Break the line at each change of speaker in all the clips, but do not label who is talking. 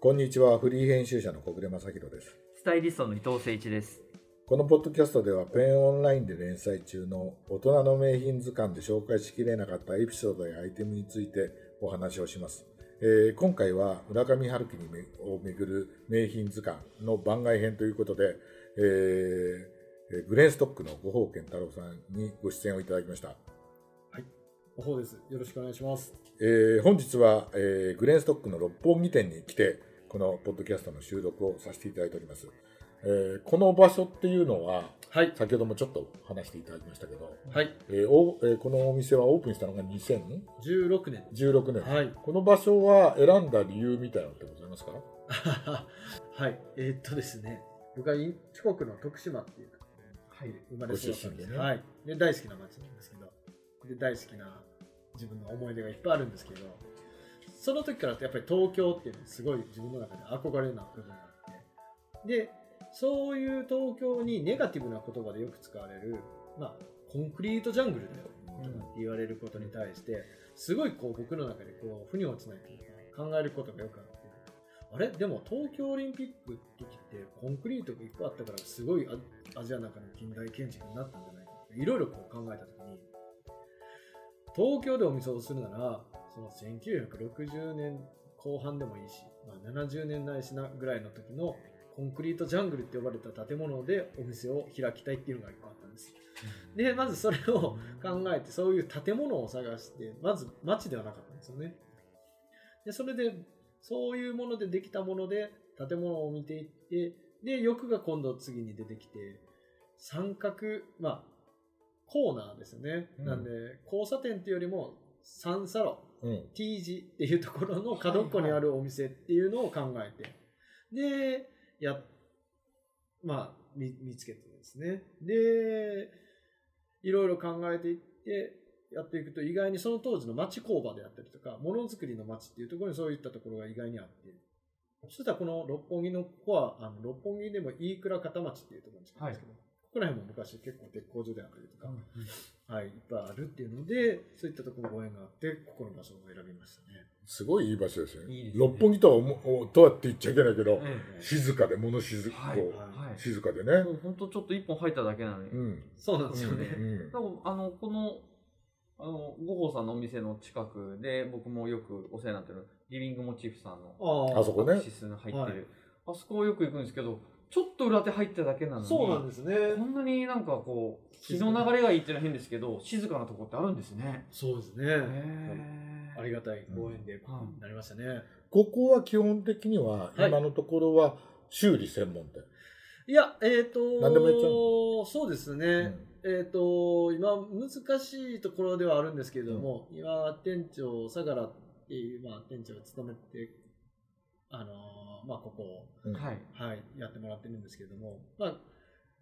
こんにちはフリー編集者の小暮正弘です
スタイリストの伊藤誠一です。
このポッドキャストではペンオンラインで連載中の大人の名品図鑑で紹介しきれなかったエピソードやアイテムについてお話をします、えー今回は村上春樹にめをめぐる名品図鑑の番外編ということで、えーえーグレーストックの五宝健太郎さんにご出演をいただきました
おほうです。よろしくお願いします。
えー本日は、えーグレンストックの六本木店に来てこのポッドキャストの収録をさせていただいております、えーこの場所っていうのは
はい。
先ほどもちょっと話していただきましたけど、
はい。
えーおえーこのお店はオープンしたのが2016
16年。
年、
はい。
この場所は選んだ理由みたいなのってございますか
はい。えーっとですね。僕は四国の徳島っていう
はい。
生まれ育ったん
ご出
です、
身でね
はい。で、大好きな町なんですけど、で、大好きな自分の思い出がいっぱいあるんですけど、その時からやっぱり東京っていうのはすごい自分の中で憧れな部分があって、で、そういう東京にネガティブな言葉でよく使われる、まあ、コンクリートジャングルだよとかって言われることに対して、すごいこう僕の中でこう、腑に落ちないというか、考えることがよくあって、あれでも東京オリンピックの時ってコンクリートがいっぱいあったからすごいアアジアの中の近代建築になったんじゃないかっていろいろこう考えた時に東京でお店をするならその1960年後半でもいいし、まあ、70年代しなぐらいの時のコンクリートジャングルって呼ばれた建物でお店を開きたいっていうのが一個あったんですでまずそれを考えてそういう建物を探してまず街ではなかったんですよねでそれでそういうものでできたもので建物を見ていってで欲が今度次に出てきて三角まあコーナーですよね、
うん
なんで交差点っていうよりも三差路
うん、
T 字っていうところの角っこにあるお店っていうのを考えて、でやまあ見見つけてですねでいろいろ考えていってやっていくと意外にその当時の町工場であったりとかものづくりの町っていうところにそういったところが意外にあってそしたらこの六本木の子はあの六本木でも飯倉片町っていうところに近いんですけど、ここら辺も昔結構鉄工所であったりとか、はい、いっぱいあるっていうので、そういったところご縁があって、ここの場所を選びましたね。
すごいいい場所ですよね
いいですね
六本木とは思おとはって言っちゃいけないけど、
え
静かで物静,、
は
こ
い。
う
はい。
静かでね
もう本当ちょっと一本入っただけなのに。
う
で
ん
そうなんですよ
う
ね。
ん
もあの、この、あの、五宝さんのお店の近くで、僕もよくお世話になってる、リビングモチーフさんの
あ
あそこね
オフィスに入って
はい
る、あそこをよく行くんですけど、ちょっと裏手入っただけなのに。
そうなんですね。
こんなになんかこう、気の流れがいいっていうのは変ですけど、静かなとこってあるんですね。
そうです
へ
ね。
え。
ありがたいご縁で、
うん
なりましたね。
ここは基本的には
はい
今のところは修理専門店、
いや、えっ、と
何でもやっちゃう
そうですね。
うん
えっ、と今、難しいところではあるんですけれども、今、店長、相良っていう、まあ、店長が務めて、あのーまあ、ここを
うん
はい。
はい、やってもらってるんですけれども、まあ、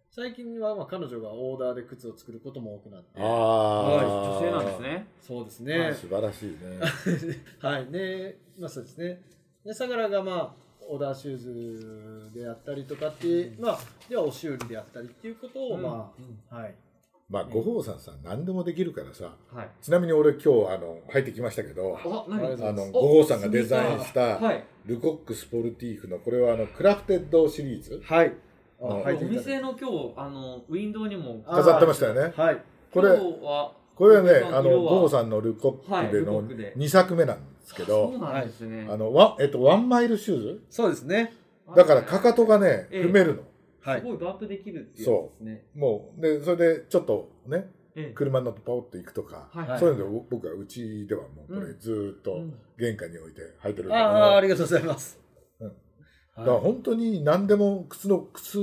最近はまあ彼女がオーダーで靴を作ることも多くなって、
ああ、
女性なんですね。
そうです
は
ね
い。素晴らしいね
はい、ね、まあそうですね。で、相良がまあ、オーダーシューズであったりとかって、まあ、ではお修理であったりっていうことを、ま
あ、
あ、はい。
まあご宝さんさ何でもできるからさ
はい。
ちなみに俺今日あの入ってきましたけど
あ、
ありが
何
とうございます
あの
お
ご宝さんがデザインした
はい。
ルコックスポルティーフのこれはあのクラフテッドシリーズ
はい。
あの
お
入ってきた
店の今日、あの、ウィンドウにも、
あ
飾ってましたよね
はい。
これ
今日は、
これはねあの
色は
ゴーさんのルコックで
は
の
いルコックで
2作目なんですけ
そ
ど
うなんですね。
あのワンえっとワンマイルシューズ
そうですね。
だからかかとがね
ええ
踏めるの
は
す
い。
ごいバープできるっていうやつですね。
もうでそれでちょっとね
ええ
車に乗ってパオッと行くとか、
はい
はい
そういうので僕はうちではもうこ
う
れ
ん
ずーっと
うん
玄関に置いて履いてる
あ
から、
あ、あ
だ
りがとうございます。
うん
は
か
い
ら本当に何でも靴の靴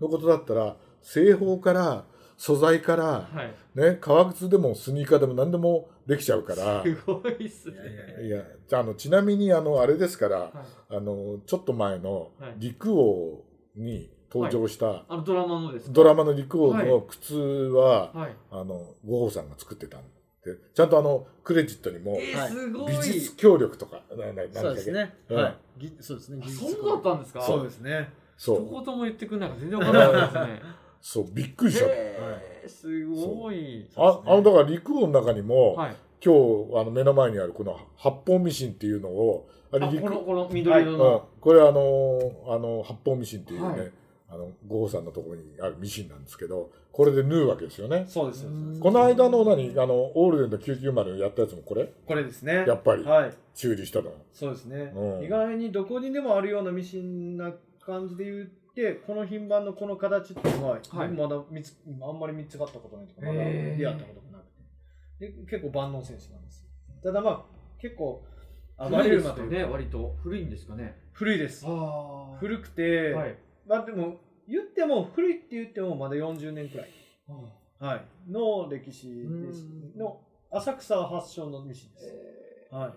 のことだったら製法から素材から、
はい。
ね、革靴でもスニーカーでも何でもできちゃうから
すごいっす
いやいやい
ね。
や
いやあのちなみにあのあれですから
はい
あのちょっと前の
はい
陸王に登場した
あの、ドラマのですか
ドラマの陸王の靴は、
はい。
あの五宝さんが作ってたんでちゃんとあのクレジットにも
えー、
はい
すごい。
美術協力とか、なななんだっけ
そうですね。
うん
はい。ぎそうですね。
あ
技術
そうだったんですか
そうですね。
そ
どこ
う、
とも言ってくんないから全然わからないですね。
そう、びっくりした。
えー、すごい。
あ、あの、だから陸王の中にも、
はい。
今日あの目の前にあるこの八本ミシンっていうのをあ
あ
陸
このこの緑色
うん
の、
これはあのーあの八方ミシンっていうね、
はい
あの五宝さんのところにあるミシンなんですけどこれで縫うわけですよね
そうですそうですそうです
この間の何あのオールデンと990やったやつもこれ
これですね
やっぱり
はい
修理したの
そうですね、
うん
意外にどこにでもあるようなミシンな感じで言ってこの品番のこの形っていうのは、
はい
まだ見つあんまり見つかったことないとかまだ
へー
出会ったこともなくてで結構万能選手なんですよただまあ結構あ
古い
バリ
で
ウ
す
マ
か
と
ね
いうか
割と古いんですかね
古いです
あ古
古くて、
い、はい、
まあでも言っても古いって言ってもまだ40年くらい、はい、の歴史です
うん
の浅草発祥のミシンです、
え
はい、
ー、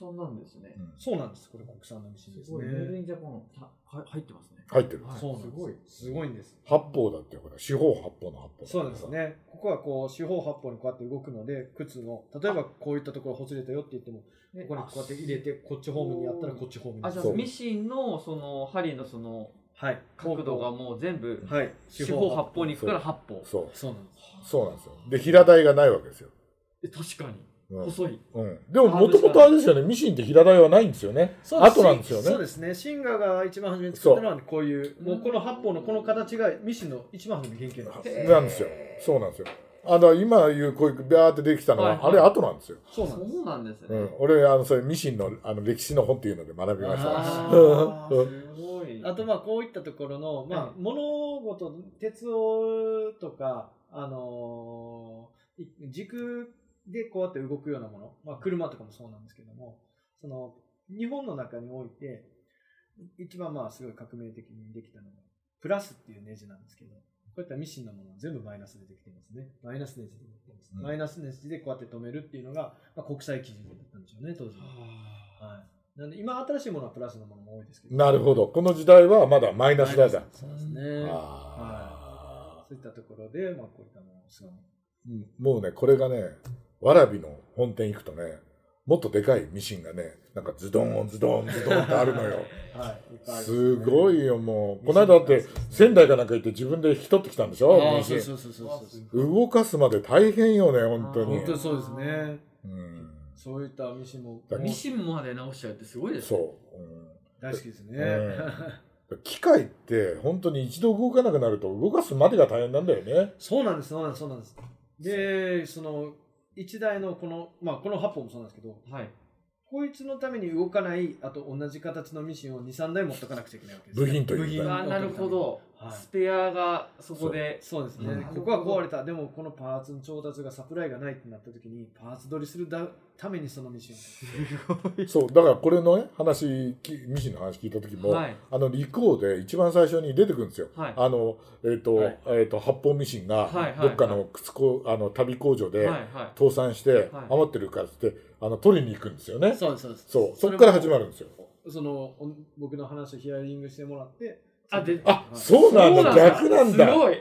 国産なんですね
うん
そうなんですこれ国産のミシンですす
ごいメイド
ね
インジャパンのたは入ってますね
入ってる、
はい
そうなんです
すごい
すごいんです
八方だってほら四方八方の八方
そうですね。ここはこう四方八方にこうやって動くので、靴の、例えばこういったところほつれたよって言っても、
ね
ここにこうやって入れて、こっち方面にやったらこっち方面に。
あじゃあ
そう
ミシンのその針のその
はい。
角度がもう全部
はい。
四方八方に行くから八方
そう
そうなんです。
そうなんですよで平台がないわけですよ、
え確かに
うん
細い
うんでももともとあれですよねミシンって平台はないんですよね
そうです
後なんですよね
そうですね。シンガーが一番初めに作ったのはこういう、
そう
もうこの八方のこの形がミシンの一番初めの原型なんです。
へー
なんですよそうなんですよあの今いうこういうビャーってできたのは、
はいはい
あれ後なんですよ
そうなんです。
なんです
う
ね
ん、俺あのそれミシンのあの歴史の本っていうので学びました
あ
あ
う
ー
ん
すごい
あとまあこういったところの、まあ
は、い
物事鉄をとか、あのーい軸でこうやって動くようなもの、まあ、車とかもそうなんですけどもその日本の中において一番まあすごい革命的にできたのがプラスっていうネジなんですけどこういったミシンのものは全部マイナスでできてますねマイナスネジでできてます、
うん
マイナスネジでこうやって止めるっていうのが、まあ、国際基準だったんでしょうね当時は、
あ
はい、なんで今新しいものはプラスのものも多いですけど
なるほどこの時代はまだマイナスだだ
そうですね。
あ
そういったところで、まあ、こういったものをすごい。
ーうんもうねこれがねわらびの本店行くとねもっとでかいミシンがねなんかズドンズドンズドンってあるのよ
はい。い っぱいあります
す
ね
ごい。よもうこの間だって仙台かなんか行って自分で引き取ってきたんでしょ
ああ、
ミシ
そう
ン
そうそうそうそう。
動かすまで大変よね本当に
本当にそうですね。
うん
そういったミシンも
だから
ミシンまで直しちゃうってすごいですね
そう、うん
大好きですね。
機械って本当に一度動かなくなると動かすまでが大変なんだよね。
そうなんです、そうなんです、そうなんです。で、その、一台のこの、まあ、この八本もそうなんですけど、
はい
こいつのために動かない、あと同じ形のミシンを2、3台持っとかなくちゃいけないわけですね。
部品というか
部品を
あなるほ。ど、
はい
スペアがそこで
そうです
う
ね
ん、
ここは壊れた、でもこのパーツの調達がサプライがないってなった時に、パーツ取りするだためにそのミシンを
すごい
そうだからこれのね話きミシンの話聞いた時も、
はい
あのリコーで一番最初に出てくるんですよ。
はい
あのえっ、と、
はい
えっ、と発泡ミシンが
はいはいはい
どっかの靴工あの旅工場
はい
で
はい
倒産して
はい
余ってるからってあの取りに行くんですよね。
そうですそうです
そうそこから始まるんですよ。
るそのお僕の話をヒアリングしてもらって
あで
あそうなんだ逆なん
す
だ
ごい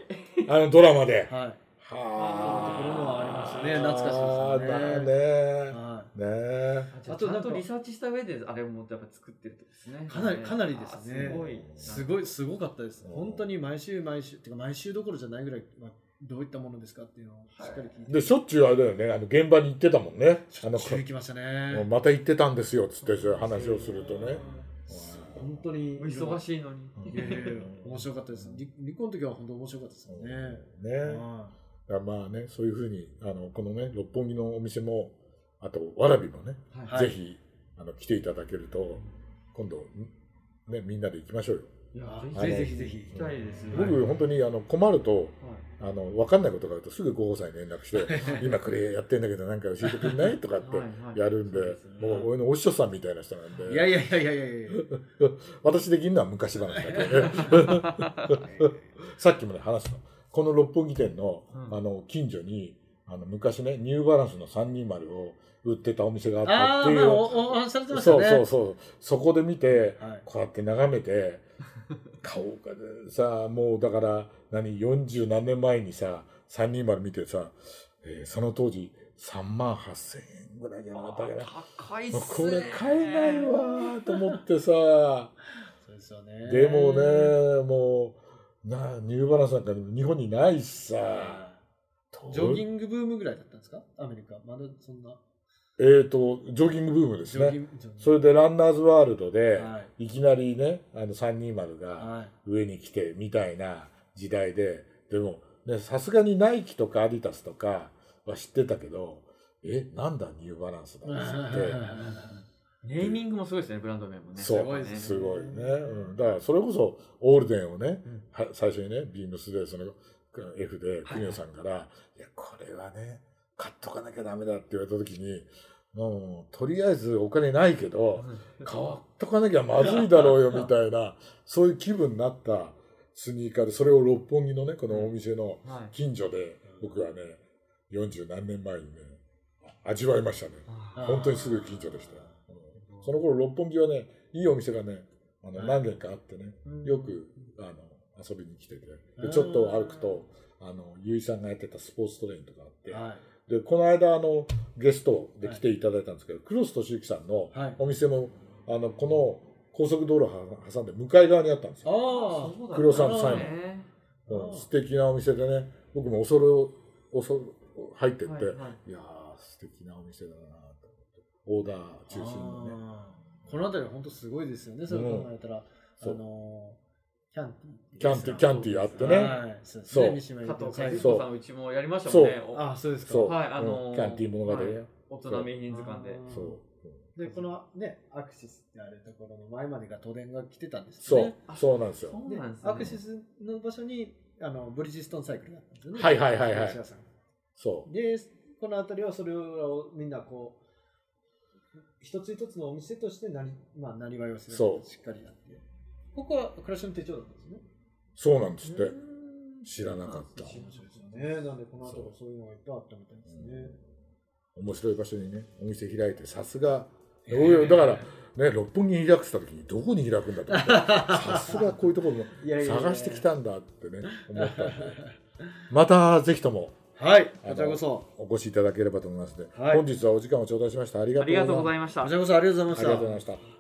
あのドラマで。
はい
そういうところ
もありますね懐かしい
ですね。
は
だねね。
あ
あ
と
と
ちゃ
なんん
と
か
リサーチした上であれもやっぱ作ってるってことですね
かなりかなりですね
あすごい
いすごいすごかったです
うん
本当に毎週毎週てか毎週どころじゃないぐらい、まあ、どういったものですかっていうのをしっかり聞いて、
でしょっちゅうあれだよねあの現場に行ってたもんね
し
あ
ょ
の
っちゅう行きました
もう
ね
また行ってたんですよっつってそういう話をするとね
本当に
お忙しいのに
うん
いやいやいや面白かったです離離婚の時は本当面白かったですよね、
ね
は
だからまあねそういうふうにあのこのね六本木のお店もあとわらびもね、
は
はい
ぜひあの来ていただけると今度んねみんなで行きましょうよ
いいや
い、ぜひぜひぜ
行きたいですね
僕、
はい
本当にあの困るとあの分かんないことがあるとすぐご宝さんに連絡して「今これやってんだけど何か教えてくれない?」とかってやるんで
はいはいそうですね
もう俺のお師匠さんみたいな人なん
ひ
で
いやいやいやいやいやいや
私できるのは昔話だけどね さっきもね話したこの六本木店の,、
う ん
あの近所にあの昔ねニューバランスの320を売ってたお店 があった
あ
っ
あ
てい
ま
う
あおおお話しされてました
そう
ね
そうそうそこで見て
はい
こうやって眺めて顔がねさもうだから何40何年前にさ320見てさ、えーその当時3万8000円ぐらいじゃなかったかな
高いっす
も
ね
うこれ買えないわーと思って さ
そうですよね
でもね、もう、なニューバランスなんか日本にないしさ、
ジョギ
ン
ングブームぐらいだったんですかアメリカ。まだそんな。
えー、とジョギングブームです
ジョギ
ね
ンジョギン
それでランナーズワールドで、、
はい
きなりねあの320が
はい
上に来てみたいな時代ででもねさすがにナイキとかアディタスとかは知ってたけどえなんだニューバランスだっつって
ネーミングもすごいですね、ブランド名も ね。
そう
すごいです
すごいね、うん、だからそれこそオールデンをね、
うん
は最初にねビームスでその F で国オさんから、いやこれはね買っとかなきゃダメだって言われた時にもうとりあえずお金ないけ ど買っとかなきゃまずいだろうよみたいなそういう気分になったスニーカーでそれを六本木のねこのお店の
はい。
近所で僕はね四十何年前にね味わいましたね
あ
本当にすぐ近所でしたよ、うんその頃六本木はねいいお店がねあの
はい
何軒かあってね
ー
よくあの遊びに来ててでちょっと歩くとあの結衣さんがやってたスポーツトレインとかあって、
はい
でこの間あのゲストで来ていただいたんですけど、クロス俊之さんの
はい
お店もあのこの高速道路を挟んで向かい側にあったんですよ、
あ
そうだ
黒沢の
な
サ
る
イ
ほ
モ
どね
うん、素敵なお店でね僕も恐る恐る入ってって、
はいいはい
やー素敵なお店だなと思ってオーダー
あ
中心にね
この辺りは本当すごいですよねそれ考えたら、
そう
あのーキャンティ
キャンティキャンティあってね、
はいそうです
そ
ね
う
三島由
加
紀夫
藤
さん
海
そう
彦さんうちもやりましたもんね。お
あそうですか
そう、
はいあのー
うんキャンティ物語、
はい大人名品図鑑で。
そう、
でこのねアクシスってあるところの前までが都電が来てたんです
そ
よ
う
ね
そうなんですよ
そうなんですね。
アクシスの場所にあのブリヂストンサイクルがあったんですよね
はいはいはいはい
会社さん
そ
でこの辺りはそれをみんなこう一つ一つのお店としてなりまあなりわいをする
そう
しっかりやってここは暮らしの手帳だったんですね
うそうなんですって、
うん
知らなかった
面白いですよねなんでこの後もそういうのがいっぱいあったみたいですね、
面白い場所にねお店開いてさすが
え
おいおいだからね六本木に開くって言った時にどこに開くんだと思ってさすがこういうところも
いやいやいや
探してきたんだってね思ったんでまたぜひとも
はいこちらこそ
お越しいただければと思いますので、
はい
本日はお時間を頂戴しましたありが
ありが
と
と
うご
うご
ざ
ざ
い
い
ま
まし
こ
た
ち。らこそありがとうござい
した
まし
ありがと
た
うございました